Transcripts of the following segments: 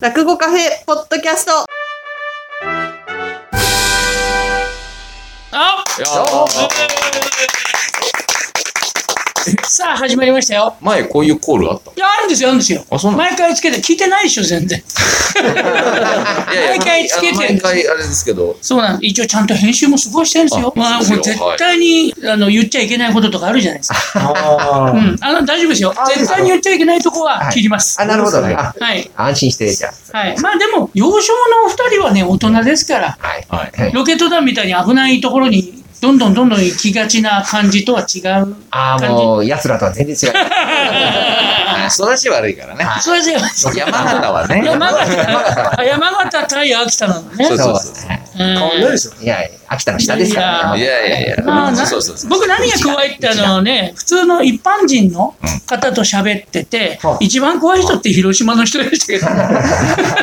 落語カフェポッドキャストあやさあ始まりましたよ。前こういうコールあったいやあるんですよあるんですよ。あ、そうなの毎回つけて聞いてないでしょ全然。いやいや毎回つけてるあの毎回あれですけど、そうなんです。一応ちゃんと編集もすごいしてるんですよ。あまあそもううですよ絶対に、あの言っちゃいけないこととかあるじゃないですか。うあんあの大丈夫ですよあ。絶対に言っちゃいけないとこは切ります。 あ、なるほどね。あはい。安心して、じゃはい。まあでも幼少のお二人はね大人ですからあ。はい。はい。はいロケット団みたいに危ないところにどんどんどんどん行きがちな感じとは違う。ああ、もう、奴らとは全然違う。あ育ち悪いからね。そうですよ。山形は ね。山形、あ山形対秋田なのね。そうそうそうそですね。変変わんないでしょ。いや、秋田の下ですからう。いね。やいやいや。まあ、なそうそうそう。僕何が怖いってあのね、普通の一般人の方と喋ってて、うん一番怖い人って広島の人でしたけど、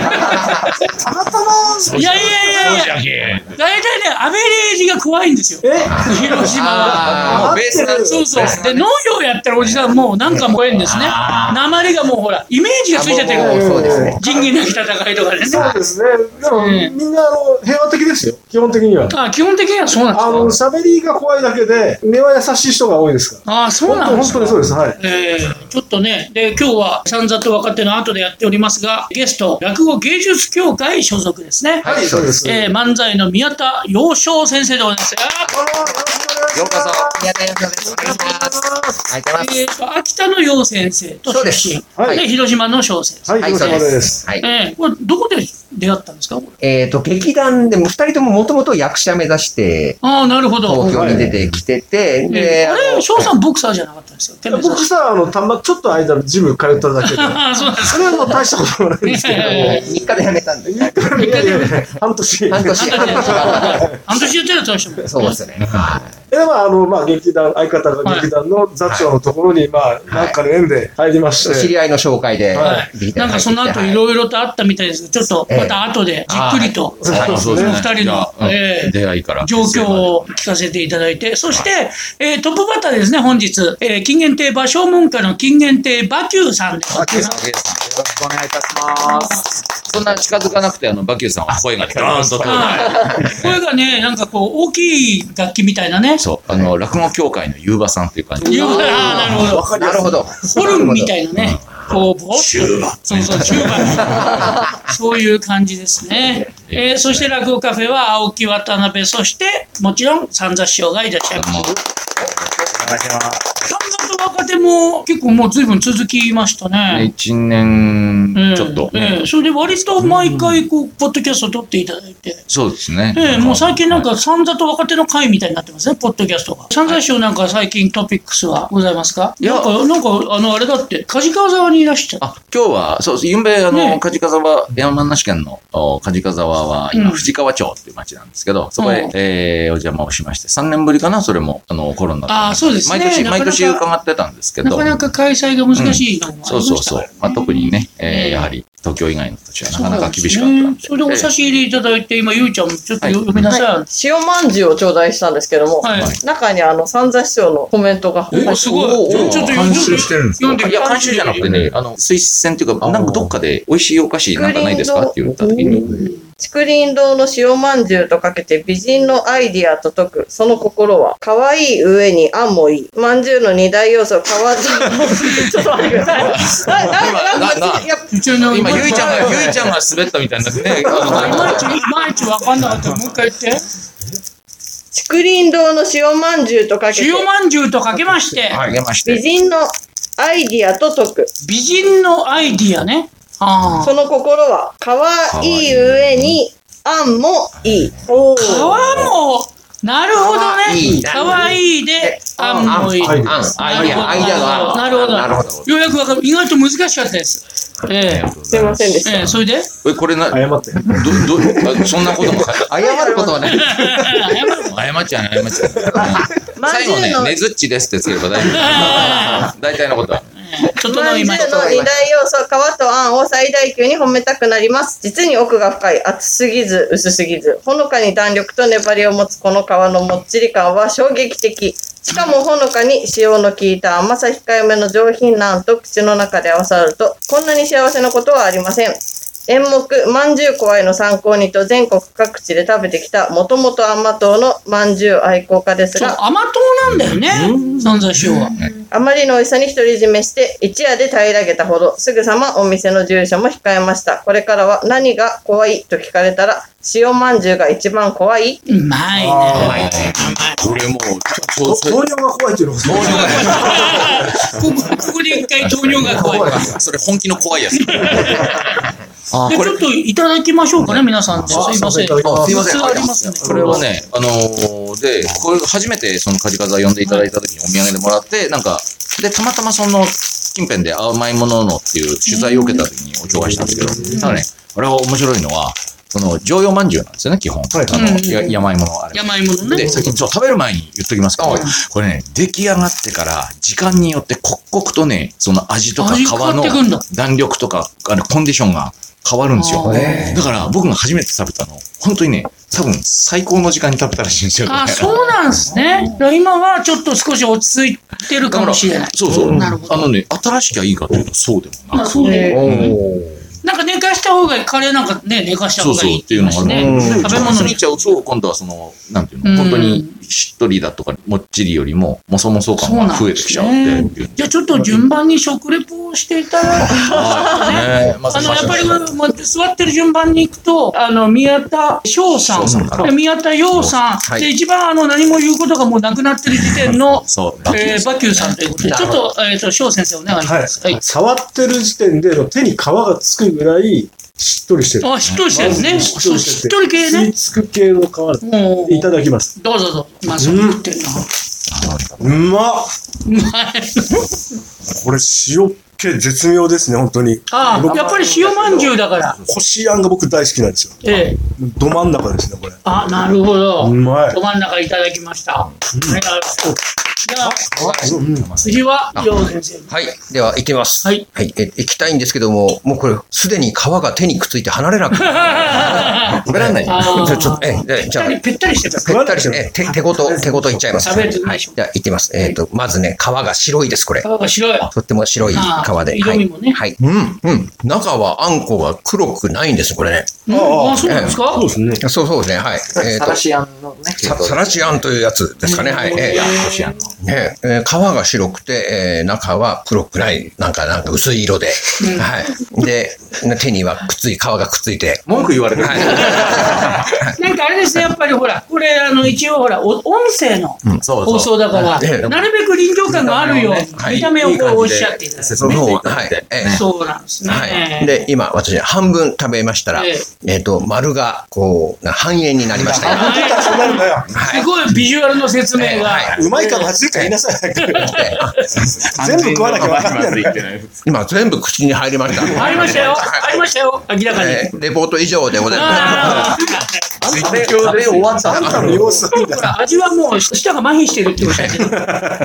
たまたま、いやいやいやいや、大体ね、アベレージが怖いんですよ、え広島は。ああ、もうベースがそうそう。で、農業やってるおじさんもうなんか怖いんですね。鉛がもうほら、イメージがついちゃってるあもうそうですね。仁義なき戦いとかでね。そうですね。でも、うんみんなあの平和的ですよ。基本的には。あ基本的にはそうなんですあの喋りが怖いだけで根は優しい人が多いですかああ、そうら。なん本で当す本当にそうです。はい。えーちょっとね、で今日はさんざと若手の後でやっておりますが、ゲスト、落語芸術協会所属ですね、はい、そうです。えー漫才の宮田洋翔先生でございます。あーよろしくお願いしようこそ。いや、大丈夫です。ありがとうございます。ありがとうございます。えーと秋田の洋先生とそうで出す身、はいで広島の翔先生、はい、はい、よそうろしくお願いで。ですす。はい。えーこれどこで出会ったんですかこれえっと、劇団でも二人とももともと役者目指して、ああ、なるほど。東京に出てきてて、えで、ーあれ、翔さんボクサーじゃなかったんですよ。僕さ、あの、たま、ちょっと間のジム通った だけで、ああ、そうなんですそれはもう大したこともないんで すけども、いやいやいや3日で辞めたんで、いやいやいや半年。半年。半年半半年やってたとしても。年。そうですね。はえまあ、あの、まあ、劇団、相方が劇団の座長のところに、まあ、なんかの縁で入りましい。知て、り合いの紹介では、劇な団んかに入ってその後いろいろとあったみたいですけど、ちょっとまた後でじっくりと。あそうですねお二人のじゃあうんええ出会いから。状況を聞かせていただいて、そして、えートップバッターですね、本日、えー、金元亭芭蕉門下の金元亭馬久さんです。バキューさん、よろしくお願いいたします。そんな近づかなくて、あの、バキューさんは声がドーンと通る。はい声がね、なんかこう、大きい楽器みたいなね、そう、あの、落語協会のゆうばさんっていう感じ。いうあーなるほど、なるほど。ホルンみたいなね、こう、ぼーっとシューバそうそう、チューバ そういう感じですね。えーそして落語カフェは青木渡辺、そして、もちろん、三座師匠がいらっしゃいます。三座と若手も結構もう随分続きましたね。一年ちょっとえ。えええそれで割と毎回こう、ポッドキャスト撮っていただいて。そうですね。ええ、もう最近なんはか、三座と若手の会みたいになってますね、ポッドキャストが。三座師匠なんか最近トピックスはございますかいやなんか、なんか、あの、あれだって、梶川沢にいらっしゃい。あ、今日は、そうです。ゆんべ、あねの、梶川は、山梨県のお梶川は、うん今、藤川町っていう町なんですけど、そこうんへ、えーお邪魔をしまして、3年ぶりかな、それも、あの、コロナであーそうですね毎年、なかなか毎年伺ってたんですけなどか、なか開催が難しいのもありましたからそねうそうそう。まあ、特にね、えええーやはり、東京以外の土地はなかなか厳しかそうったなんんで。ですねそれでお差し入れいただいて、今、ゆうちゃんもちょっとはい読みなさい。塩まんじゅうを頂戴したんですけども、はい。中にあの、三座師匠のコメントが。おすごおい。ーちょちょっと読んで読んでいや、監修じゃなくてね、あの、推薦っていうか、なんかどっかで美味しいお菓子なんかないですかって言った時に、竹林堂の塩まんじゅうとかけて美人のアイディアと解く、その心は、可愛い上にあんもいい。まんじゅうの二大要素、変わず、ちょっと待ってください。 な、な、な んなか、ないや、うちの今、ゆいちゃんが、ゆいちゃんが滑ったみたいになってね、あいのまいち、いまいちわかんなかったらもう一回言って。竹林堂の塩まんじゅうとかけて塩まんじゅうとかけまして、あげまし美て。人のアイディアと解く、美人のアイディアね。ああ。その心は、可愛い上にあんもいい。お皮も、なるほどね。かかわわいいで、あんもいい。あんなあんアイディア、アイディアが。るほど。ななるるほほど。ど。ようやくわかる。意外と難しかったです。ええ。すいませんでした。ええ、それでえ、これな、ど、謝って。ど、あそんなことも書いて謝ることはない。謝っちゃうね、謝っちゃうね。まん最じゅ後うねの、、ねずっちですってつければ大丈夫。大体のことは。整いました。の二大要素、皮とあんを最大級に褒めたくなります。実に奥が深い、厚すぎず、薄すぎず、ほのかに弾力と粘りを持つこの皮のもっちり感は衝撃的。しかもほのかに塩の効いた甘さ控えめの上品なあんと口の中で合わさると、こんなに幸せなことはありません。演目、まんじゅう怖いの参考にと全国各地で食べてきた、もともと甘党のまんじゅう愛好家ですそうが、甘党なんだよね三座師匠はあまりの美味しさに独り占めして、一夜で平らげたほど、すぐさまお店の住所も控えました。これからは何が怖いと聞かれたら、塩まんじゅうが一番怖いうまいね甘いこれもう、ちょとっと、糖尿が怖いというのが糖尿が ここここで一回糖尿が怖いそれ本気の怖いやつ。あでこちれょっといただきましょうかね皆さんですいませんすいませんあすいません普通ありますねこれはね、あのーで、これ初めてそのカジカザ呼んでいただいた時にお土産でもらって、なんか、で、たまたまその近辺で甘いもののっていう取材を受けた時にお伺いしたんですけど、ただね、あれは面白いのは、その、常用まんじゅうなんですよね、基本。いあの、うんや山芋のあれ。山芋のねで、先にそう、食べる前に言っときますけど、これね、出来上がってから、時間によって刻々とね、その味とか皮味変わってくんだの弾力とか、あの、コンディションが変わるんですよあ。ーだから、僕が初めて食べたの、本当にね、多分、最高の時間に食べたらしいんですよ。あそうなんですねだから今はちょっと少し落ち着いてるだかからもしれないそうそう。なるほどあのね、新しきゃいいかというと、そうでもなあく。そうねおなんか寝かした方がいいカレーなんかね寝かしたそ方うがそいういっていうのがあるねの。食べ物ににちゃうと、今度はその、なんていううんの、本当にしっとりだとか、もっちりよりも、もそもそ感が増えてきちゃうっていう。じゃあちょっと順番に食レポをしていただいて、はいねまずあの、やっぱり、ま座ってる順番に行くと、あの、宮田翔さん、翔さんからで宮田洋さん、はい、で、一番あの、何も言うことがもうなくなってる時点のそう。えー、バキューさんということで、ちょっと、えっ、と、翔先生お願いしはまいす。はい。。触ってる時点での手に皮がつくぐらいしっとりしてる。あ、しっとりしてるね。しっとそうりししてっるとり系吸いね。付く系の皮もういただきます。どうぞどうぞ。まあ、そう言ってるな。うまっうまい。これ塩気絶妙ですね、本当に。 ああ、やっぱり塩まんじゅうだから。こしあんが僕大好きなんですよ。ええど真ん中ですね、これ。あ、なるほど。うまいど真ん中いただきました。ありがとうございますじゃあ、次は、洋先生。はい。では、いきます。はい。はい。え、行きたいんですけども、もうこれ、すでに皮が手にくっついて離れなくて。食べられない。じあーゃあちょっと、え、でぴじっゃあた、り、ぴったりしてた。ぺったりして、え、手、手ごと、手ごといっちゃいます。食べるといいはでい。しじょゃあ、いってみます。えっと、まずね、皮が白いです、これ。皮が白い。とっても白い皮で。あーはい。色味もねはい。うん、うん。中はあんこが黒くないんです、これね。うんあ、そうなんですかそうですね。そうそうですね、はい。えっと、シアンのねさサラチアンというやつですかね。はい。ええええええ皮が白くて、ええ中は黒くない、なんか、なんか薄い色で。はい。で、手にはくっつい、皮がくっついて。文句言われてる。なんかあれですね、やっぱりほら、これ、あの、一応ほら、お音声のそう放送だから、そうそうなるべく臨場感があるように、はい見た目をいい感じこうでおっしゃっていただいて。説明していただはいいて。。ええそうなんですね。はい。で、今、私、半分食べましたら、ええっ、と、丸が、こう、な半円になりました。ははいそうなるんだよ。すごいビジュアルの説明が。はいはうまいかまずいか言いなさい。いええあ全部食わなきゃわかんない。今、全部口に入りました。ありましたよ。はいありましたよ。明らかに。ええレポート以上でございまあー食べ終わったあんたの様子はいいんだほら味はもう 舌が麻痺してるってことだけ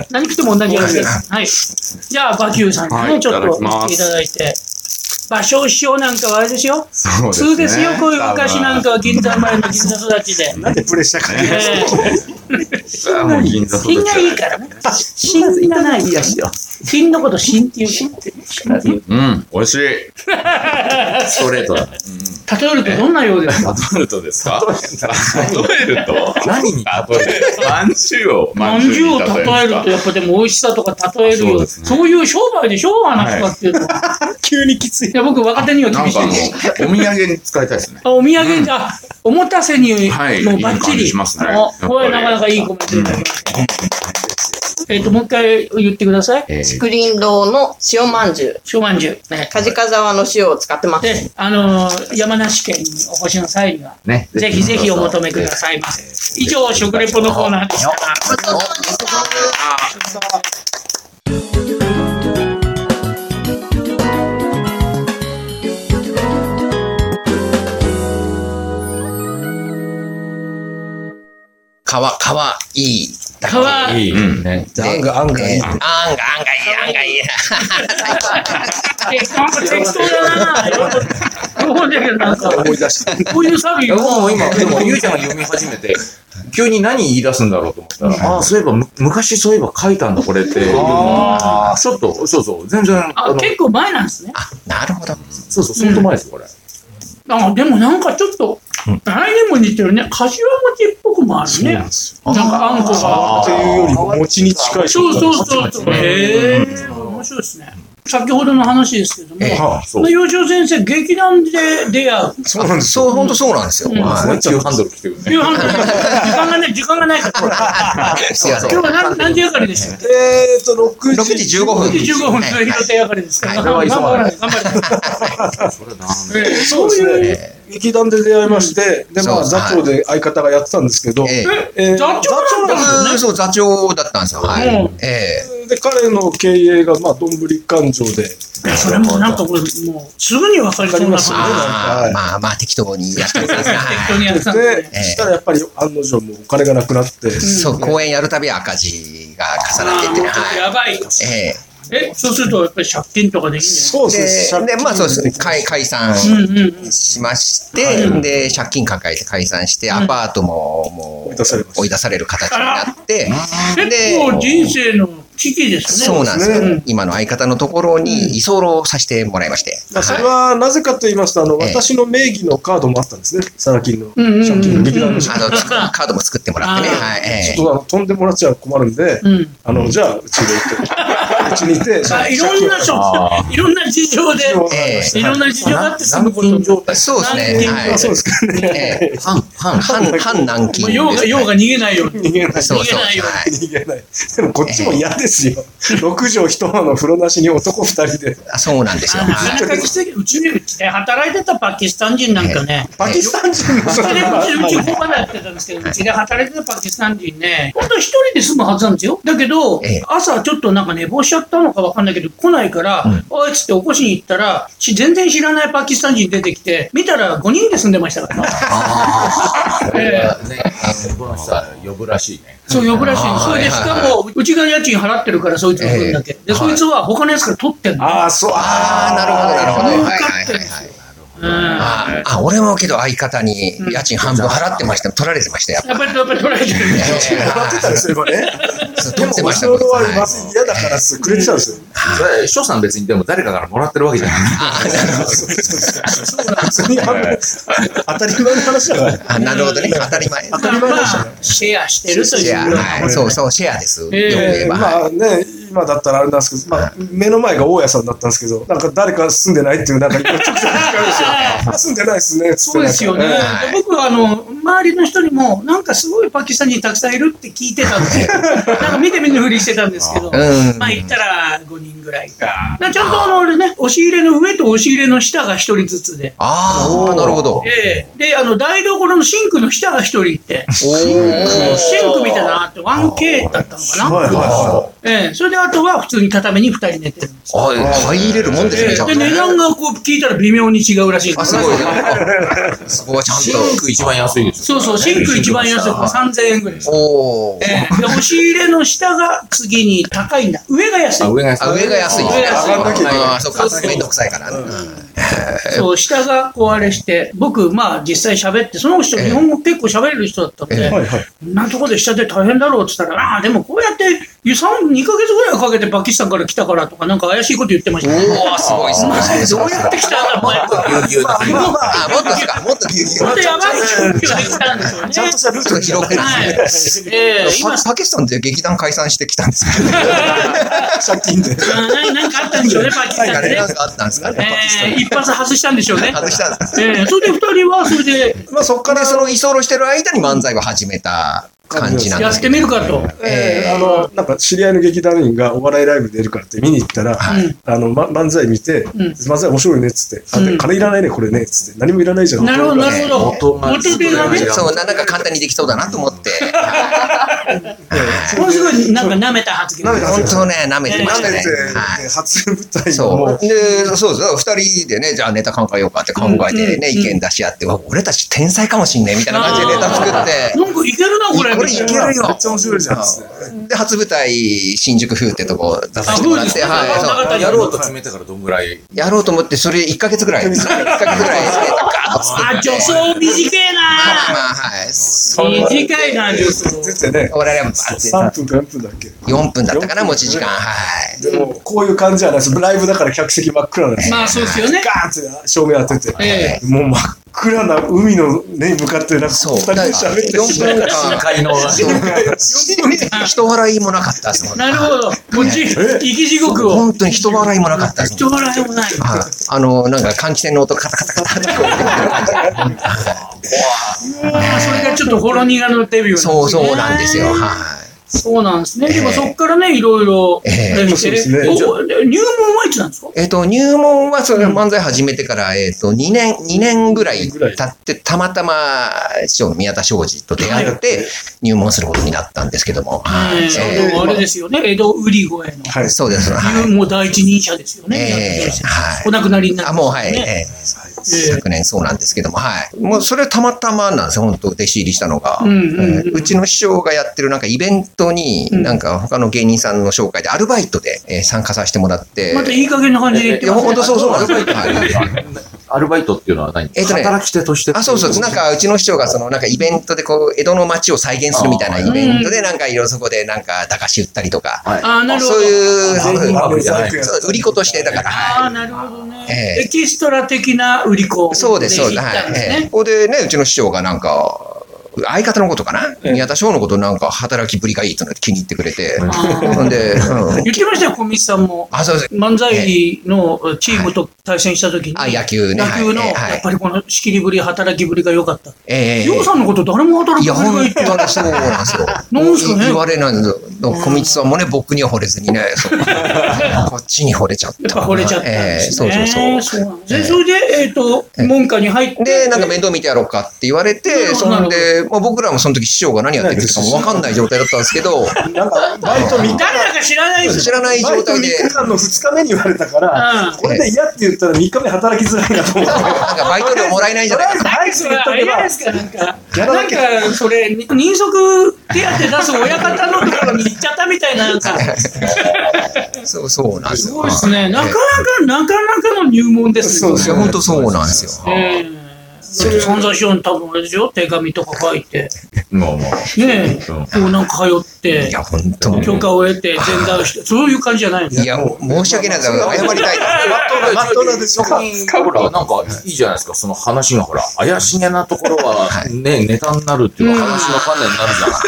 ど 何食っても同じ味です。はい。じゃあ、バキューさんにね、はいちょっといただき言っますていただいて。場所塩なんかはあれですよ。そうで普すね通ですよ、こういうお菓子なんかは銀座生まれの銀座育ちで。なんでプレッシャーかけるええあ もう銀座品がいいからね。品がない。品のこと品っていうし。うん、美味しい。ストレートだ。例えるとどんなようですかトルトですか例えると何に例えると まんじゅうを。まんじゅうを例えるとやっぱでも美味しさとか例えるそうよ。ですねそういう商売でしょ話かっていうと。 急にきつい。いや、僕若手にはな厳んしいかあです。の、お土産に使いたいですね。あお土産じゃ、おもたせに、はいもうバッチいい感リ。じしますねおこれやっなぱりかなかいいコメントいただきました。えっ、と、もう一回言ってください。えスクリーン堂の塩まんじゅう。小まんじゅう。ねかじかざわの塩を使ってます。で、あのー山梨県にお越しの際には、ねぜひぜひお求めくださいませ。以上、食レポのコーナーでした。す。皮、皮、いい。かわいい。いい。うん。ね。あんが、あんがいい。あんが、あんがいい、あんがいい。適当 だなぁ。思うんだけど、なんか、思い出した。こういう猿いいやる僕も今、でも、ゆうちゃんが読み始めて、急に何言い出すんだろうと思ったら、ああ、そういえば、む昔そういえば書いたんだ、これって。あちょっと、そうそう、全然、ああ、の、結構前なんですね。なるほど。そうそう、相当前ですよ、これ。あでもなんかちょっと、あれにも似てるね。柏餅っぽくもあるね。なんかあんこが。というよりも餅に近いそうそうそうそう。へえ、面白いですね。先ほどの話ですけども、この幼少先生、劇団で出会う。そうなんですそう、本当そうなんですよ。はい一応ハンドル来てるね。夕飯の時時間がない、時間がないから。すいません今日は何何時上がりでしたっけえーっと、6 6時。時15分。 ?15 分の広手上がりですから。頑張はいれ、頑張はれい。頑張れ。ええそうですね。劇団で出会いまして、で、まそあ、う座長で相方がやってたんですけど、えええー座長だったのそう、座長だったんですよ。はいうん。ええで、彼の経営が、まあ、どんぶり勘定で、それもなんかこれ、もう、すぐに分かりそうなわかりますよねあはーいまあまあ、適当にやってくだ さい。適当はにやってたんでで、したらやっぱり案の定もうお金がなくなって、いそう、公演やるたび赤字が重なっていって、はやばい。い。えええ、そうすると、やっぱり借金とかできんじそうでですね。で、まあそうですね、解解散ゃないうんうんうん。しまして、で、借金抱えて解散して、アパートもも追いう出されました追い出される形になって、結構人生の危機ですね。そうなんですそうですよ。今の相方のところに居候させてもらいまして。まあ、それはいはなぜかと言いますと、あの、ええ私の名義のカードもあったんですね、サラ金の。うんうんうん借金の劇団の借あの、つカードも作ってもらってね、あーはい。え金。ちょっとあの、飛んでもらっちゃ困るんで、うん。あの、じゃあ、うちで行って、うちにいて、 まあ、いろんなあ職、いろんな事情で、えいろんな事情があって住むことになったえそうですね。軟禁はいあ。そうですかね。ええ半、半、反、反軟禁もでうす。用が、用が逃げないように。逃げない。そうそう。逃げないよはい。逃げない。でもこっちも嫌ですよ。6畳一間の風呂なしに男2人で。あそうなんですよ。あなはいかなか奇跡、うちに来て働いてたパキスタン人なんかね、パキスタン人うのちで、うち、うち、はここまでやってたんですけど、うちで働いてたパキスタン人ね、本当は一人で住むはずなんですよ。だけどええ、朝ちょっとなんか寝坊しちゃったのかわかんないけど、来ないから、おいっつって起こしに行ったら、し全然知らないパキスタン人出てきて、見たら5人で住んでましたからね。 ええね、あの、この人は呼ぶらしいね。そう、呼ぶらしいの。それで、しかも、うちが家賃払ってるから、そいつの分だけ。で、そいつは他のやつから取ってんの。ああ、そう、ああ、あなるほど、なるほど。は儲いはいかってはるいはい。うん。やああ、俺もけど相方に家賃半分払ってました。取られてましたよ。っぱり、やっぱり取られてるね。あ、笑ってたりすればね。取でっもて、おました城よ。ははいまず嫌だからすくれちゃうんですよ。それ、翔さん別にでも誰かからもらってるわけじゃない。別にあんまり当たり前の話だから。あなるほどね。当たり前。当たり前でしたねまあシェアしてるとシいェア、うような。はい。そうそう、シェアです。よくええ言えば。はいまあね、今だったらあれなんですけど、まあ、目の前が大家さんだったんですけど、なんか誰か住んでないっていう、なんか、ちょくちょく聞かれるんですよ。 あ住んでないですね、そうですよね。つってなんかはいで僕はあの周りの人にもなんかすごいパキスタン人たくさんいるって聞いてたんで、 なんか見て見ぬふりしてたんですけど、うんまあ行ったら5人ぐらいか。だからちゃんとあの俺ね、押し入れの上と押し入れの下が1人ずつで。ああ、なるほど。ええで、あの、台所のシンクの下が一人いて、シンクみたいなのあって、1K だったのかな、はいはええそれであとは普通に畳に二人寝てるんですよ。はい入れるもんですえね、えちゃんとで、値ね。段がこう聞いたら微妙に違うらしいんであ、すすよごいね。あそこはちゃんと。ンク 一番安いですそうそう、シンク一番安いのが3000円ぐらいです。おお。ええで、押し入れの下が次に高いんだ。上が安いあ、。上が安い。あ、上が安い。上が安いああー、そうか。めんどくさいから。そう、下がこうあれして、僕、まあ実際喋って、その人、ええ日本語結構喋れる人だったんええで、い。はいはい。こんなとこで下で大変だろうって言ったら、ああ、でもこうやって、2、3 2ヶ月ぐらいかけてパキスタンから来たからとか、なんか怪しいこと言ってましたね。おお、すごい、すごい。どうやって来たんだ、もうやっぱ。ぎゅうぎゅうな感じ。あ、もっとですか、もっとぎゅうぎゅう本当やばい状況で来たんですよね。ちゃんとしたルーちょトっと広に。くなはいい。ええ今パ、パキスタンって劇団解散してきたんですけどね。借金で。何何かあったんでしょうね、パキス何タかンでね、ねなん。かあったんですかね。ええ一発外したんでしょうね。外したんですかええそれで二人はそれでまあ、そこかで、ら、その居候してる間に漫才を始めた感じなんやでっすてけみるかと。ええあの、なんか知り合いの劇団員がお笑いライブ出るからって見に行ったら、いあの、ま、漫才見て、漫才面白いねっつって、あうでん金いらないね、これね、っつって、何もいらないじゃん。なるほど、なるほど。元手がね。ど。そう、ななんか簡単にできそうだなと思って。ものすごいなんか舐めた発言。舐めた本当ね、舐めてまなしんたでねっ。はいて、初舞台のもそうう。、で、そうそう、二人でね、じゃあネタ考えようかって考えてね、意見出し合って、わ俺たち天才かもしんねえみたいな感じでネタ作って。なんかいけるな、これ。これいけるよめっちゃ面白いじゃんっつって。で、初舞台、新宿風ってとこ出させてもらって、あはい、そうですかそうやろうと決めてからどんぐらいやろうと思って、それ1ヶ月ぐらいですね。1ヶ月ぐらいで、ガーッあ、女装短えまあな。はい。短いな、女装。出てね、俺らもバって3分か4分だっけ。 4分だったかな、持ち時間。はい。でも、こういう感じじゃないです。ライブだから客席真っ暗なんですよ。まあ、そうですよね。ガーンって照明当てて。ええ。もう真っ暗な海のね、向かってなんかそう。二人で喋って4しま分間。深い のがそう人笑いもなかったですもんなるほど。こっち、生き地獄を。本当に人笑いもなかったですもん人笑いもない。はいあの、なんか換気扇の音カタカタカタってこうあそれがちょっとホロニガのデビューそうそうなんですよ。はそうなんですね。でもそこからね、いろいろ、ええあれ見てねそうですねお入門はいつなんですかい。えっ、と、入門はそれ漫才始めてから、えっ、と、2年、2年ぐらい経って、たまたま師匠の宮田昌司と出会って、入門することになったんですけども。はえいええあれですよね、江戸売り声の。はいえ。そうです。はい。もう第一人者ですよね。ええはいお亡くなりになったあ、んですね、もうはい。ええええ昨年そうなんですけども、はい。もうそれたまたまなんですよ、本当弟子入りしたのが。うんうんうんえーうちの師匠がやってるなんかイベントに、うんなんか他の芸人さんの紹介でアルバイトで、えー参加させてもらって。またいい加減な感じで言っていや、ますね本当そうそうなんですよ。はいアルバイトっていうのは何えっとね働き手として。あ、そうそうです。なんか、うちの市長が、その、なんかイベントで、こう、江戸の街を再現するみたいなイベントで、なんか、いろいろそこで、なんか、駄菓子売ったりとか、はい。ああ、なるほど。そういう、全そういう員がザックやったそう売り子として、だから、あはあ、なるほどね、ええエキストラ的な売り子い。そうです、そう知でっす。はいたんです。ええね。ここでね、うちの市長が、なんか、相方のことかな宮田翔のことなんか、働きぶりがいいというので気に入ってくれて、ほ んで、うん言ってましたよ、小道さんも。あ、そうです。漫才のチームと対戦した時に、あ、野球ね。野球の、はいはやっい。ぱりこの仕切りぶり、働きぶりが良かった。ええようさんのこと誰も働いきや、ぶりがいいって。本当にそうなんですよ。 なんすかね言われないんですよ。小道さんもね、僕には惚れずにね、そう こっちに惚れちゃっやた。っぱ惚れちゃったんでええすそうね。そうそそうう。なんですね。それで、えっ、と、門下に入って。で、なんか面倒見てやろうかって言われて、そんで、まあ、僕らもその時師匠が何やってる人かもわかんない状態だったんですけど、なんか、バイト3日誰だか知らないです知らないバ状イト3態で、日間の2日目に言われたから、うんこれで嫌って言ったら3日目働きづらいなと 思って。なんかバイト料もらえないじゃないですか。アイス言っとけ嫌ばで、すか、なんか。やらなきゃなんか、それ、に人足手当出す親方のところに行っちゃったみたいな、なんか、 そうそうなんですすよ。ごいですね。なかなか、えなかなかの入門ですね。そうでえすいや、よ本当そうなんですよ。ええそれ存在しように多分あれですよ、手紙とか書いて。まあまあ。ねえ、うんこうなんか通ってい、や、本当に。許可を得て、前座を して、そういう感じじゃないのいや、もう申し訳ないです。謝りたい。マットなでしょうか。ほら、なんか、いいじゃないですか、その話がほら、怪しげなところは、ね、ネタになるっていうか、話の観念になるじゃない。あ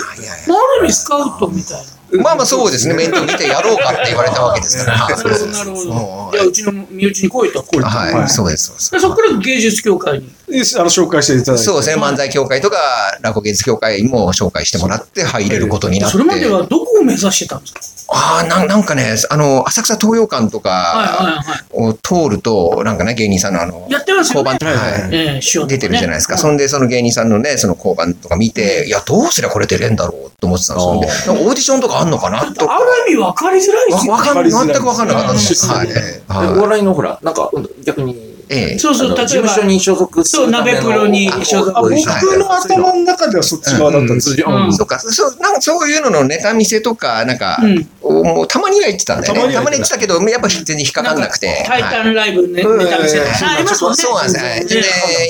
る意味スカウトみたいな。まあまあそうですね。面倒見てやろうかって言われたわけですから。なるほど、なるほそど。じゃあ、うちの身内に来いと。来いと。はい、そうです。そうですでそこから芸術協会に。あの、紹介していただいて。そうですね、漫才協会とか、落語芸術協会も紹介してもらって入れることになって。それまではどこを目指してたんですかああ、なんなんかね、あの、浅草東洋館とはいはいかはを通ると、なんかね、芸人さんのあのい。、やってます交よ番ね。とか、はいええ、師匠とかね出てるじゃないですか。そんで、その芸人さんのね、その交番とか見て、いや、どうすりゃこれ出れんだろうと思ってたんですよ。でなんかオーディションとかあんのかなと。わある意味分かりづらいですよ。わかん、全くわかんなかったんですよ。はい。おはい笑いのほら、なんか、逆に、ええ。そうそう、あの例事え務所ば、に所属するための。そう鍋プロに所属あ僕の頭の中ではそっち側だったんですよ。うんとか、そう、なんかそういうののネタ見せとか、なんか、うんもうたまには言ってたんだよたまね。にはたまに言言っってたけど、やっぱ全然引っかかんなくて。タイタンライブね、はいネタ見せたいな。ありますもんね。そうなんですね。で、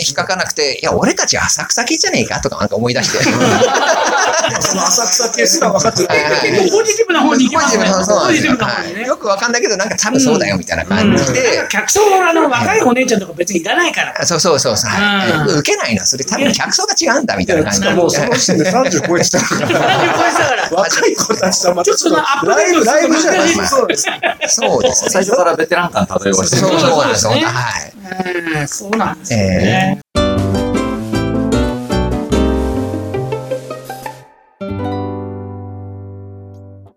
引っかかなくて、いや、俺たち浅草系じゃねえかとかなんか思い出して。その浅草系すら分かってない。結構ポジティブな方に行きますね。ポジティブな方にね。よくわかんないけど、なんか多分そうだよみたいな感じで。客層のあの若いお姉ちゃんとか別にいらないから。そうそうそうそう。うん受けないな。それ多分客層が違うんだみたいな感じしでか。もその時点で30超えてたから。 若い子たちとはまたライブ、ライブじゃないそうです。そうですね。最初からベテラン感漂わせてそる。うそうなんですそよ。うですねはい。うん、そうなんですえね。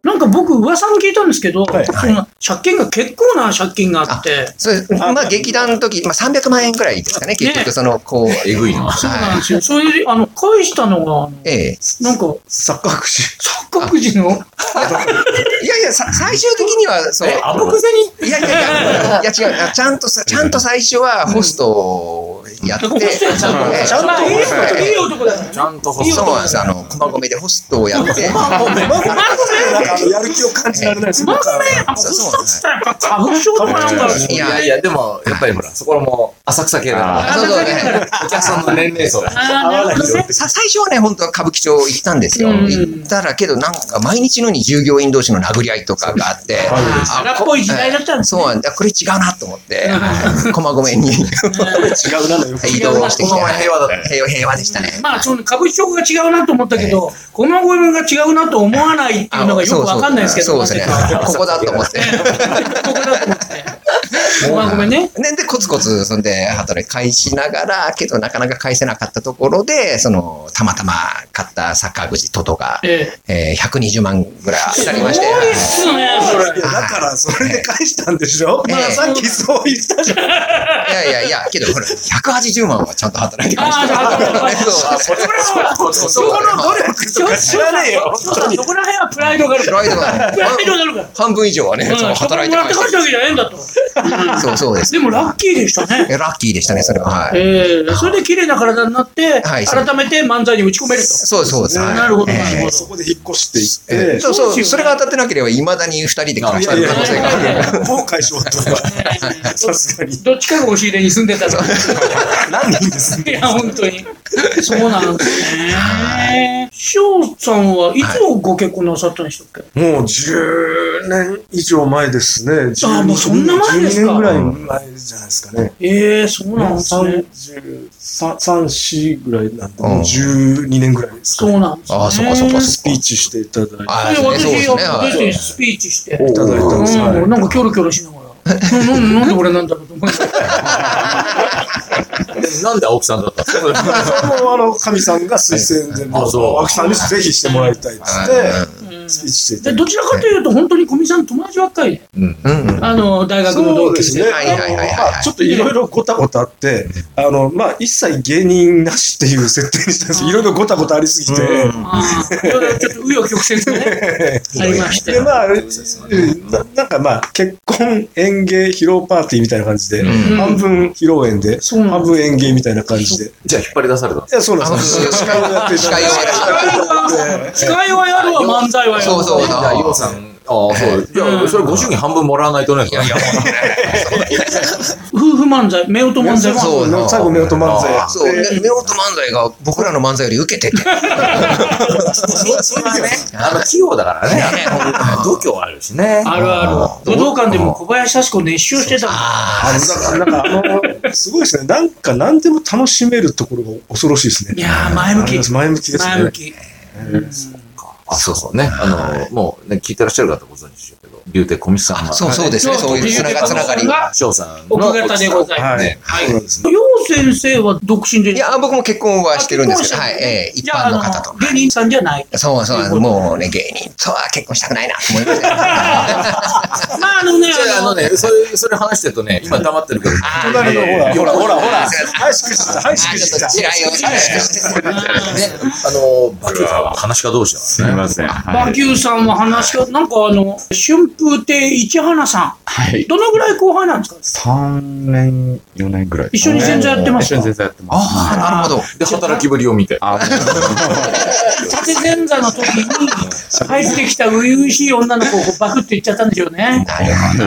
なんか僕噂も聞いたんですけど、はいその借金が結構な借金があって、そうまあ、劇団の時、まあ、300万円ぐらいですかね、結ね局、その、こう、えぐいな。そうなんですよ。それであの返したのがあのええ。なんかサッカー口。各自のいやいや、さ最終的には、そう。あぶくぜにいやいやいや、いや違うあ、ちゃんとさ、ちゃんと最初はホストをやって、ちゃんとええちゃんといい男いい男だからねち。ゃんとそうなんです、あの、駒込でホストをやって、なんかやる気を感感じられないです。ま僕ずはね、あの、ふっさやっぱ花粉症とかなんか、いやいや、でも、やっぱりほら、そこらも浅草系だから。あそうそう浅草ね系だかお客さんの年齢層だからあーなるほどね。さ最初はね、本当は歌舞伎町行ったんですよ。うん行ったらけど、なんか毎日のように従業員同士の殴り合いとかがあって、荒っぽい時代だったんですそうなんだ、これ違うなと思って、駒込に違うなのよ。移動してきて、この前平和だったね平和平和でしたね。まあ、その株式が違うなと思ったけど、この声が違うなと思わないっていうのがよくわかんないですけど、あそうそうそうですね。ここだと思って。ここだと思って。 まあ、ごめんね。で、で、コツコツ、そんで、働き返しながら、けど、なかなか返せなかったところで、その、たまたま買ったサッカー口、トトが、ええー、120万ぐらい当たりまして、多いっすよね、それ。いやだから、それで返したんでしょええまあさっきそう言ったじゃん。いやいやいや、けど、ほら、180万はちゃんと働いてあ返しあ、た。それ は、そこの努力、そこら辺はプライドがあるプラプライドがイドがあるから。半分以上はね、そのそこ働いもらてって帰っ返したわけじゃねえんだと。た。そうそうです。でもラッキーでした ね。えラッキーでしたね、それは。はい。ええ、それで綺麗な体になって、はい改めて漫才に打ち込めると。そうそうです。はいなるほど、えなるほそど。こで引っ越してえいって。そうそうそですよねう、それが当たってなければ、いまだに二人で暮らいしてやいる可能性がある。や、もう返しよう とはさすがに。どっちかが押し入れに住んでたら。何人ですね。いや、本当 に。そうなんですね。翔さんはいつご結婚なさったんでしたっけもう10年以上前ですね。ああもうそんな前ですか12年ぐらい前じゃないですかね。ええ、そうなんですね。 33、4ぐらいなんで、うんもう12年ぐらいですかそうなんですね。ああ、そっかそっかそスピーチしていただいて、いあでそうです私、ねそうですねはい私にスピーチして、うただいたんですよ。ん、なんかキョロキョロしなが ら、なななんで俺なんだろうと思いながらでなんで青木さんだ ったのそれもあの、神さんが推薦で、もあそうう、青木さんにぜひしてもらいたいっつか。って、うんスピーチしていたでだいどちらかというと、本当に小見さん、友達ばっかりで、うんうん。うんあの大て。学のそう同で級す生ね。はいはいはいはいあのまあちょっといろいろごたごたあって、あの、まあ、一切芸人なしっていう設定にしたんですいろいろごたごたありすぎて。ああ、ちょっと紆余曲折ね、ありましてで、。まあ、うんななんかまあ、結婚、園芸、披露パーティーみたいな感じで、ん半分披露宴で、そうなん半です分園芸みたいな感じで。いじゃあ引っ張り出されたのや、そうなんあのですよ。司会をやっていただ司会をいやらせてもらて使いはやるわ、漫才はやるわ。そうそうじゃあ、ようさん。ああ、そう。じゃあ、それご祝儀半分もらわないとね。いやいや、夫婦漫才、夫婦漫才そうも。そう最後、夫婦漫才やそう、で、夫婦漫才が僕らの漫才より受けてて。そうだね。あの、器用だからね。度胸あるしね。あるある。武道館でも小林幸子熱唱してたもんああの、だから、なんか、あの、すごいですね。なんか、何でも楽しめるところが恐ろしいですね。いやー前向き前向きですね。前向き。あ、そうそうね。あの、もう、ね、聞いてらっしゃる方ご存知でしょうけど、竜亭小道さんあ、は、そうそうですね。そういうつながつながり。い翔さんの奥方でございまはす。い。はいそうなんですね。よう先生は独身で。や、僕も結婚はしてるんですけど、あはい、ええ一じゃあ般のあ方と。芸人さんじゃ ない。そうそう、もうね、芸人とは結婚したくないなと思いました。まあ、あのね、じゃあ、あのね、それ、それ話してるとね、今黙ってるけど、隣の、ほら、ほら、ほら、ほら。 はい、しくした。はい、しあくちょしっ とた。地雷をねね、あの、バケは話か同士だすみません。は馬い。球さんは話が、なんかあの、春風亭市花さはいん、。どのぐらい後輩なんですか3年、4年ぐらい。一緒に全先生然やってますか一緒に先生やってます。ああ、なるほど。で、働きぶりを 見て。あ立前座の時に入ってきた初々しい女の子をこうバクって言っちゃったんでしょうね。なるほど。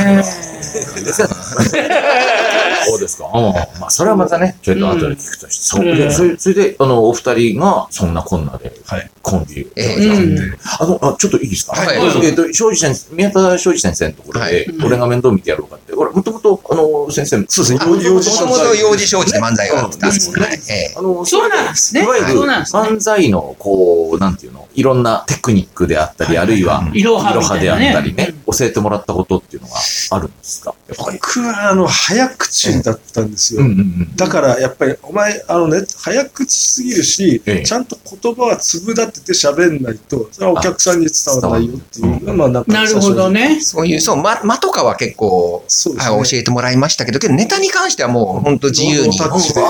えそうですか。うんまあ、それはまたね、ちょっと後で聞くとして。そううんでそれそれで、あの、お二人が、そんなこんなではい、コンビ。ええうえんあの、あ、ちょっといいですかはいどうぞえっと、庄司先生、宮田庄司先生のところはで、俺が面倒見てやろうかって。俺、もともと、あの、先生、そうですね幼児もともと幼児承知で漫才をやってたんですもんね。ええあの、そうなんですねいわゆるそうなんですね漫才の、こう、なんていうの、いろんなテクニックであったり、あるいは、いろはみたいであなっねたりね、教えてもらったことっていうのがあるんですかやっぱり。僕は、あの、早口だったんですよ。うんうん。だからやっぱり、お前、あのね、早口すぎるし、ええちゃんと言葉は粒立てて喋んないと、それはお客さんに伝わらないよっていうのが、まあなんか、なるほど。ね。そういう、そう、間間とかは結構、そうですねはい教えてもらいましたけど、けどネタに関してはもう本当自由に、ノータッチで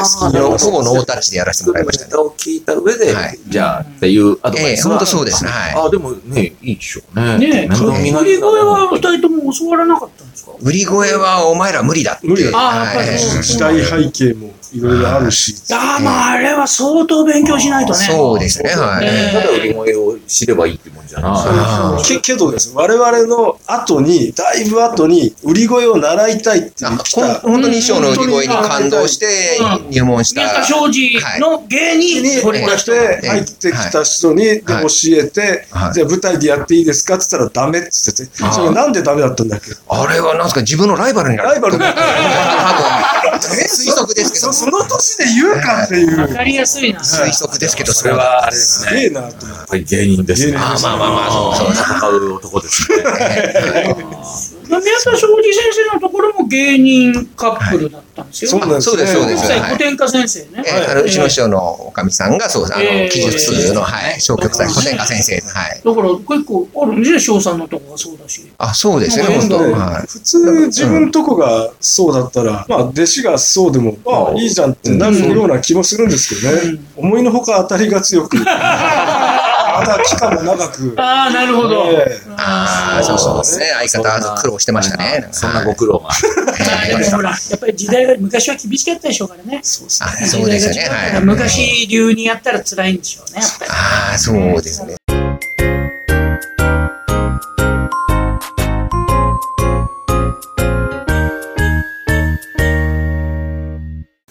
ほぼほぼノータッチでやらせて作もらいるまネしたね。タを聞いた上ではい、じゃあ、っていうアドバイスは。ええ本当そうですねはいあ、でもね、いいでしょうね。ねえ、面倒見な売り声は二人とも教わらなかったんですか売り声はお前ら無理だって。無理だはいあーやっぱりそう時代背景も。いろいろあるし。あーまあ、あれは相当勉強しないとね。そうですね、はえい。ーただ売り声を知ればいいってもんじゃない。あけけどですね、我々の後に、だいぶ後に、売り声を習いたいってあ来ほんた。本当に衣装の売り声に感動してう入門した宮。下庄司の芸にこ取りれ込までれた。え入ってきた人にでは教いえて、はいじゃあ舞台でやっていいですかって言ったらダメって言ってて、あーそれなんでダメだったんだっけあれはなんですか、自分のライバルになる。ライバルになる多分推測ですけどそ、その年で言うかっていう。わかりやすいな。推測ですけど、それは。はあれですすげえなと思って。やっぱり芸人ですね。芸人ですあまあまあまあそう戦う男ですね。宮下庄司先生のところも芸人カップルだったんですよ。そうなんですそうですそう実です際古典科先生ね。えーあのうちの師匠のおかみさんが、そうです。あえーの、記述の、はい、小極祭、古典科先生の、はい。だから結構あるんですね、翔さんのとこがそうだし。あ、そうですね、そうです本ね当。ではい。普通自分とこがそうだったら、まあ弟子がそうでも、まあいいじゃんってなるような気もするんですけどね。思いのほか当たりが強く、まだ期間も長く。ああ、なるほど。ええああ、そうそうですね。相方は苦労してましたね。そんなご苦労まが。あでもほら、やっぱり時代が昔は厳しかったでしょうからね。あそうですよね。はい。昔流にやったら辛いんでしょうね、やっぱり。ああ、そうですね。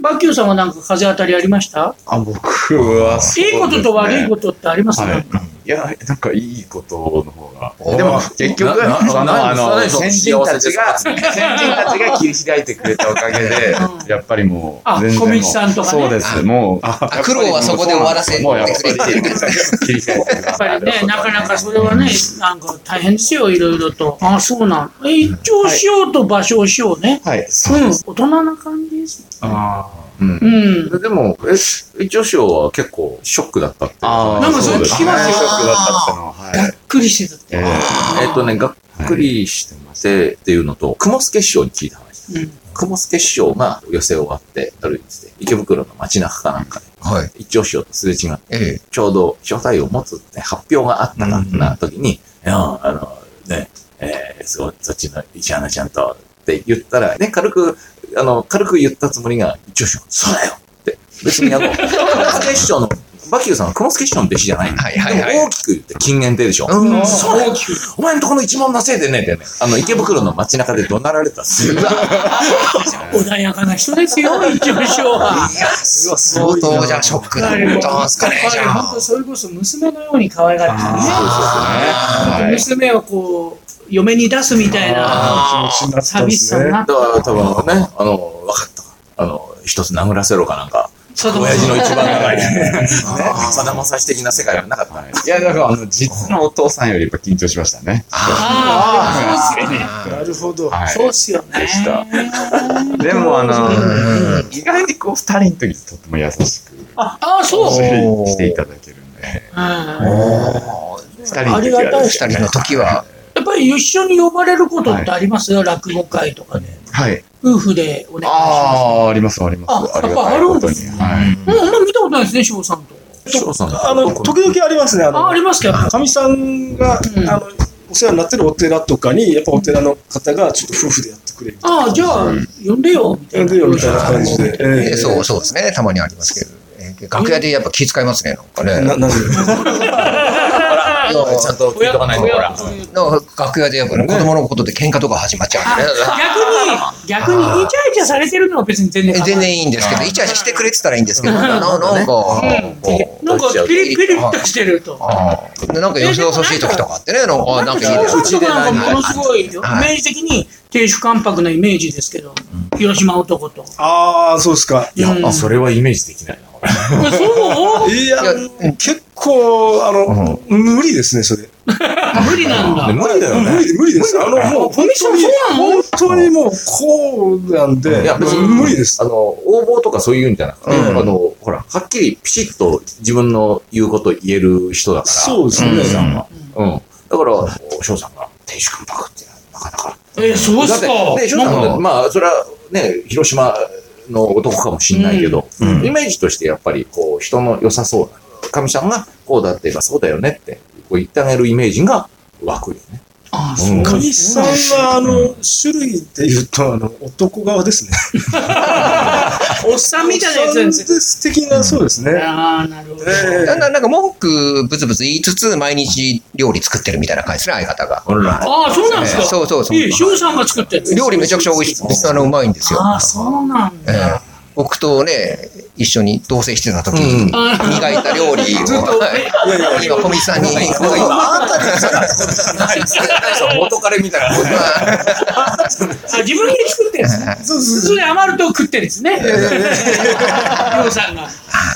バッキューさんはなんか風当たりありましたあ、僕は、いいことと悪いことってありますか、はい。 いや、なんかいいことの方が。おでも、結局、ななその、なあなの、な先人たちが、先人たちが切り開いてくれたおかげでうん、やっぱりもあう、全然もう小道さんとかねそうです、もう。あ苦労はそこで終わらせてもうやっぱり、くれて切り開いてくれたやっぱりね、なかなかそれはね、なんか大変ですよ、いろいろと。ああ、そうなん。え一応しようと場所をしようね。はい。うん、大人な感じですね。あ ーうんうん。でも、え、一応師匠は結構ショックだったっていう。あーなんかそれ聞きますよショックだったっていうのは、はい。がっくりしてたって。えーえっとね、がっくりしてまして、っていうのと、雲助師匠に聞いた話。うん雲助師匠が寄せ終わって歩いてて、池袋の街中かなんかで、はい。一応師匠とすれ違って、ええ。ちょうど招待を持つって発表があったな、な時に、いやあの、ね、えー、すごい、そっちの石原ちゃんと、って言ったら、ね、軽く、あの、軽く言ったつもりが、一応師匠、そうだよって、別にあ の、雲助師匠の、バキューさんは雲助師匠の弟子じゃない。はいはいでもはい大きく言って禁言ででしょ。うんそうだよお前んとこの一問なせいでね、ってね、あの、池袋の街中で怒鳴られたっすよ。穏やかな人ですよ、一応しようは。相当じゃあショックだったんすかね、じゃ本あ当。それこそ娘のように可愛がってたね。はい娘をこう、嫁に出すみたいな気持ちになったん寂でしすさねに。なっだから多分ね、あの、分かった。あの、一つ殴らせろかなんか。そうだ親父の一番長い。ね。さだまさし的な世界はなかったね。いや、だから、あの、実のお父さんよりやっぱ緊張しましたね。ああ、そうっすよね。なるほど。はそうっすよね。でしたでも、あの、意外にこう、二人の時とっても優しくあ、ああ、そう。うんおーしていただけるんで、や二人の時はありがたいです二ね人の時は。っぱり一緒に呼ばれることってありますよ、落語会とかで。はい。夫婦でお願いしまああ、あります、あります。あありがたいことやっぱあるんでに。はい。す。もうあんま見たことないですね、翔さんと。翔さんあの、時々ありますね。ああ、のあ、りますけど。かみさんが、うんあの、お世話になってるお寺とかに、やっぱお寺の方がちょっと夫婦でやってくれる。ああ、じゃあ、呼んでよ、みたやいんな。でよみたいな 感じで。ええそう、そうですね。たまにありますけど。え楽屋でやっぱ気遣いますね、なんかね。な、なぜ ちゃんと聞いとかないと、ほら。なんか楽屋でやっぱね子供のことで喧嘩とか始まっちゃうんでね。逆に、逆にイチャイチャされてるのは別に全然え構わ全ない。然いいんですけど、イチャイチャしてくれてたらいいんですけど、ななんか、こうなんかピリピリっとしてると。あーでなんか寄せ遅しい時とかあってね、なんか、あなんかいいですうちなんかものすごい、イメはーいジ的に亭主関白なイメージですけど、広島男と。ああ、そうですか。いや、うんあそれはイメージできないな、俺そういや、結構、あの、無理ですね、それ。無理なんだ。無理だよ無ね。理、無理です。あの、もう、本当に、本当にもう、こうなんで、いや別に無理ですあ。の、応募とかそういうんじゃなくて、あの、ほら、はっきりピシッと自分の言うこと言える人だから。そうです翔ねさんは。うん。だから、翔さんが、亭主関白ってなかなか。え、そうっだっすてか。ね、翔さんは、まあ、それはね、広島の男かもしんないけど、イメージとしてやっぱり、こう、人の良さそうな。かみさんが、こうだって言えばそうだよねって、こう言ってあげるイメージが湧くよね。あ、そう小西さんは、あの、種類で言うと、あの、男側ですね。おっさんみたいなやつなんですよ。素敵な、そうですね。ああ、なるほど。えなんかなんか文句ブツブツ言いつつ、毎日料理作ってるみたいな感じですね、相方が。ほら。ああ、そうなんですええか。そうそうそうええ翔さんが作ったやつ。料理めちゃくちゃ美味しい、あの、うまいんですよ。ああ、そうなんええだ。僕とね、一緒に同棲してた時に、磨いた料理を、はい今、小見さんに、今あんたにさ、ないですねないですよ元彼みたいな。あ自分で作ってるんですね。そうそうそうそれ余ると食ってるんです ね。翔さんが。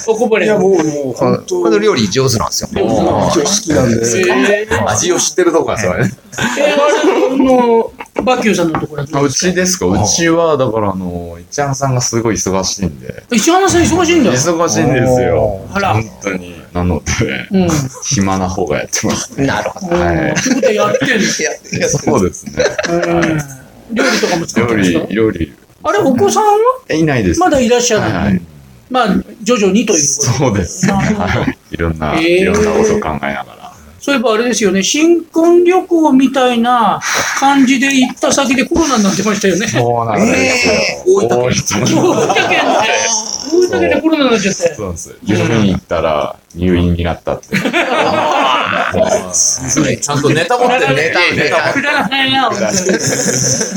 おこぼいれ。や、もう、もう、本当この料理上手なんですよ。今日好きなんで。ええ味を知ってるとこがすごいね。えあのバキューさんのところはどあううですかちですかうちは、だからあの、市原さんがすごい忙しいんで。石原さん忙しいんだ。忙しいんですよ。あら。本当に。なので、うん。暇な方がやってます。なるほど。はい仕事やってる。いや、いや そうですね。うん料理とかも作って 料るんですか理、料理。あれ、お子さんはいないです。まだいらっしゃらはいな。はいい。まあ、徐々にということでそうですね。はい。いろんな、いろんなことを考えながら。そういえばあれですよね、新婚旅行みたいな感じで行った先でコロナになってましたよね。そうなんですよ。えー大分県大 分県で、大分県でコロナになっちゃって。そうなんですよ。病院行ったら入院になったっちて。ゃんとネタ 持ってるネタ。ネタくだらないな、本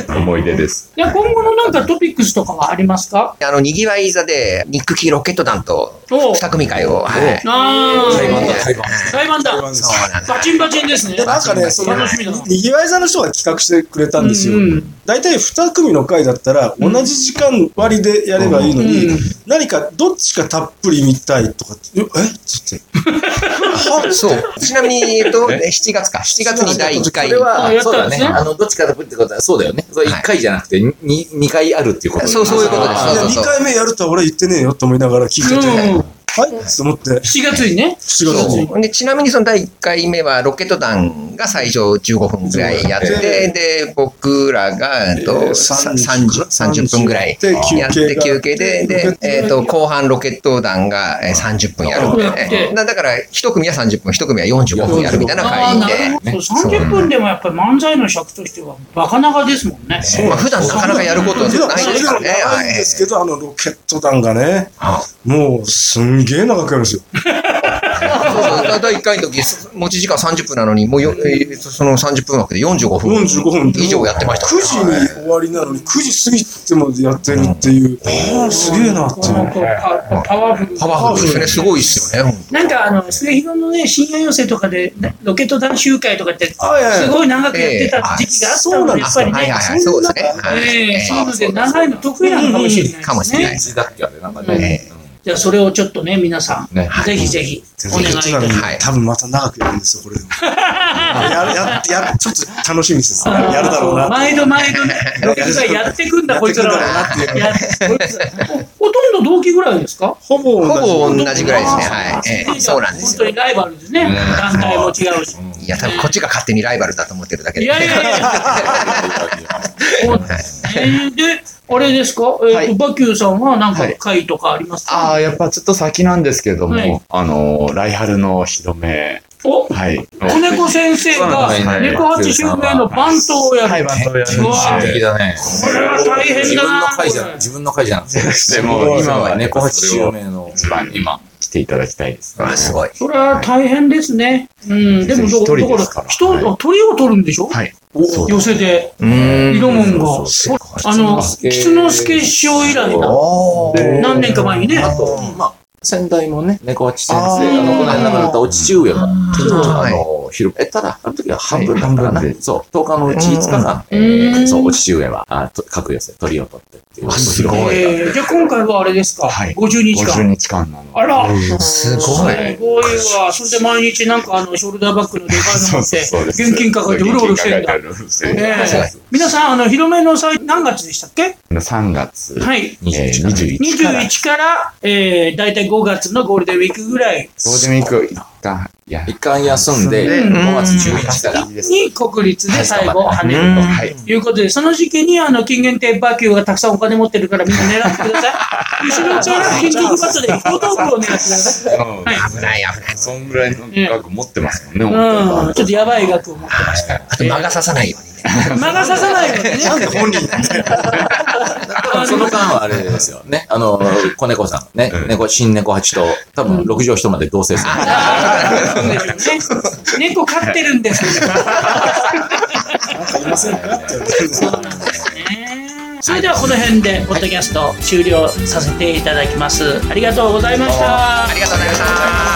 当に。思い出です。じゃあ今後のなんかトピックスとかはありますかあの、にぎわい座で、ニックキーロケット団と、おう二組会を、はい。あー、台湾裁判だ。バチンバチンですね。でなんかね、その、楽しみだな。にぎわい座の人が企画してくれたんですようんうん。大体2組の回だったら、同じ時間割りでやればいいのにうん、何かどっちかたっぷり見たいとかって、ええちょっと。そう。ちなみに、えっと、ね7月か。7月に第1回。これあやは、ったそうんだですね。ねあの、どっちかだぶってことは、そうだよね。それはい1回じゃなくて、にに2回あるっていうことだよそう、そうねいうことです。そあうそう2そう。回目やるとは俺言ってねえよと思いながら聞いてて、うんはいっつって思って、 7月にね。仕事に。そうでちなみにその第1回目はロケット団が最初15分ぐらいやって、で、僕らが、えっと、えー 30, 30分ぐらいでやって休憩で、でロ、ケット団えっと、後半ロケット団がえー30分やるんでやってね。だだから、1組は30分、1組は45分やるみたいなあ会ーなるでほ。ど。30分でもやっぱり漫才の尺としてはバカ長ですもんね。まあ普段なかなかやることない普段でそれですかもらね。は長いんいですけど、あのロケット弾がね、もうすんげえ長くやるんですよ。そうそうだ第1回の時持ち時間30分なのに、もうよ、えーその30分枠で45分45分以上やってました9時に終わりなのに、9時過ぎてまでやってるっていう、ああ、すげえなっていう。こうパパワフル。パワフルですね、すごいっすよね、本なんかあの、末広のね、深夜寄せとかで、ロケット団集会とかって、すはいはいごい長くやってた時期があったので、やっぱり当。はいねはい。はい、そうですね。はいええそういうのでえ長いの得意なのかもしれないですね。えかもしれない。だっけあれ、なんかうんね。じゃあそれをちょっとね、皆さん、ねぜひぜひお願いいたします。はい多分また長くやるんですよ、これでも。やる、やって、やる、ちょっと楽しみです。やるだろうな。毎度毎度ね、ロケット団やってくんだ、こいつらやってくんだは。ろうやこいつらほとんど同期ぐらいですかほぼ同じ。ほぼ同じぐらいですね。はい。ええそうなんです本当よ。にライバルですね。団体も違うし。いや、多分こっちが勝手にライバルだと思ってるだけいで。やいやいや。そうえーで、あれですか、えーとはいバキューさんはなんかはい会とかありますか、 ああ、やっぱちょっと先なんですけども、はいあのー、来春の広め、おはい。子猫先生がはい猫八周年の番頭をやる。はい、バンドをやるんうわで。素敵だね。これは大変自分だのな。会じゃ、自分の会じゃなくて、でも、今今はは猫猫八八周を名の。一番今、来ていただきたいですね。あすごい。それは大変ですね。うん、でも一ど人でだすかからら人、は鳥を取るんでしょ、はいお寄せで、うー色ん。門が。ほそうあの、吉之助師匠以来な。おー。何年か前にね。あと、まあ、先代もね、猫八先生、あの、この間亡くなったお父上が、あの、広めたら、あの時は半分だったかな。そう、10日のうち5日が、えーそう、お父上は、あと各寄せ、鳥を取ってっていう。すごい。えー、じゃあ今回はあれですか、はい50日間。 50日間なの。あら、すごい。すごいわ。それで毎日なんかあの、ショルダーバッグのでかいの そ持うっそうてそう、です。現金抱えてうろうろしてんだ。ね現金抱えてうろうろしてるえ皆さん、あの、広めの際、何月でしたっけ3月、はい。えー、21 21から、えー、大体5月のゴールデンウィークぐらい。ゴールデンウィーク回、いや、一回休んで、う5ん月11日から。に国立で最後跳ねうんるはい。ということで、その時期にあの金元亭バー級がたくさんお金持ってるからみんな狙ってください。後ろ長楽金属バットで一トークを狙ってください。うんはい危ない危ない。そんぐらいの額持ってますもんね、本うん、ちょっとやばい額を持ってました。あと間が刺さないようにね。魔が差さないようにね。本人だ多分その間はあれですよ。ね。あの、子猫さん。ねう。ん猫、新猫八と、多分6畳一まで同棲する。ね猫飼ってるんですよ。いませんかって言われてそうなんですね。それではこの辺でポッドキャスト終了させていただきます。ありがとうございました。ありがとうございました。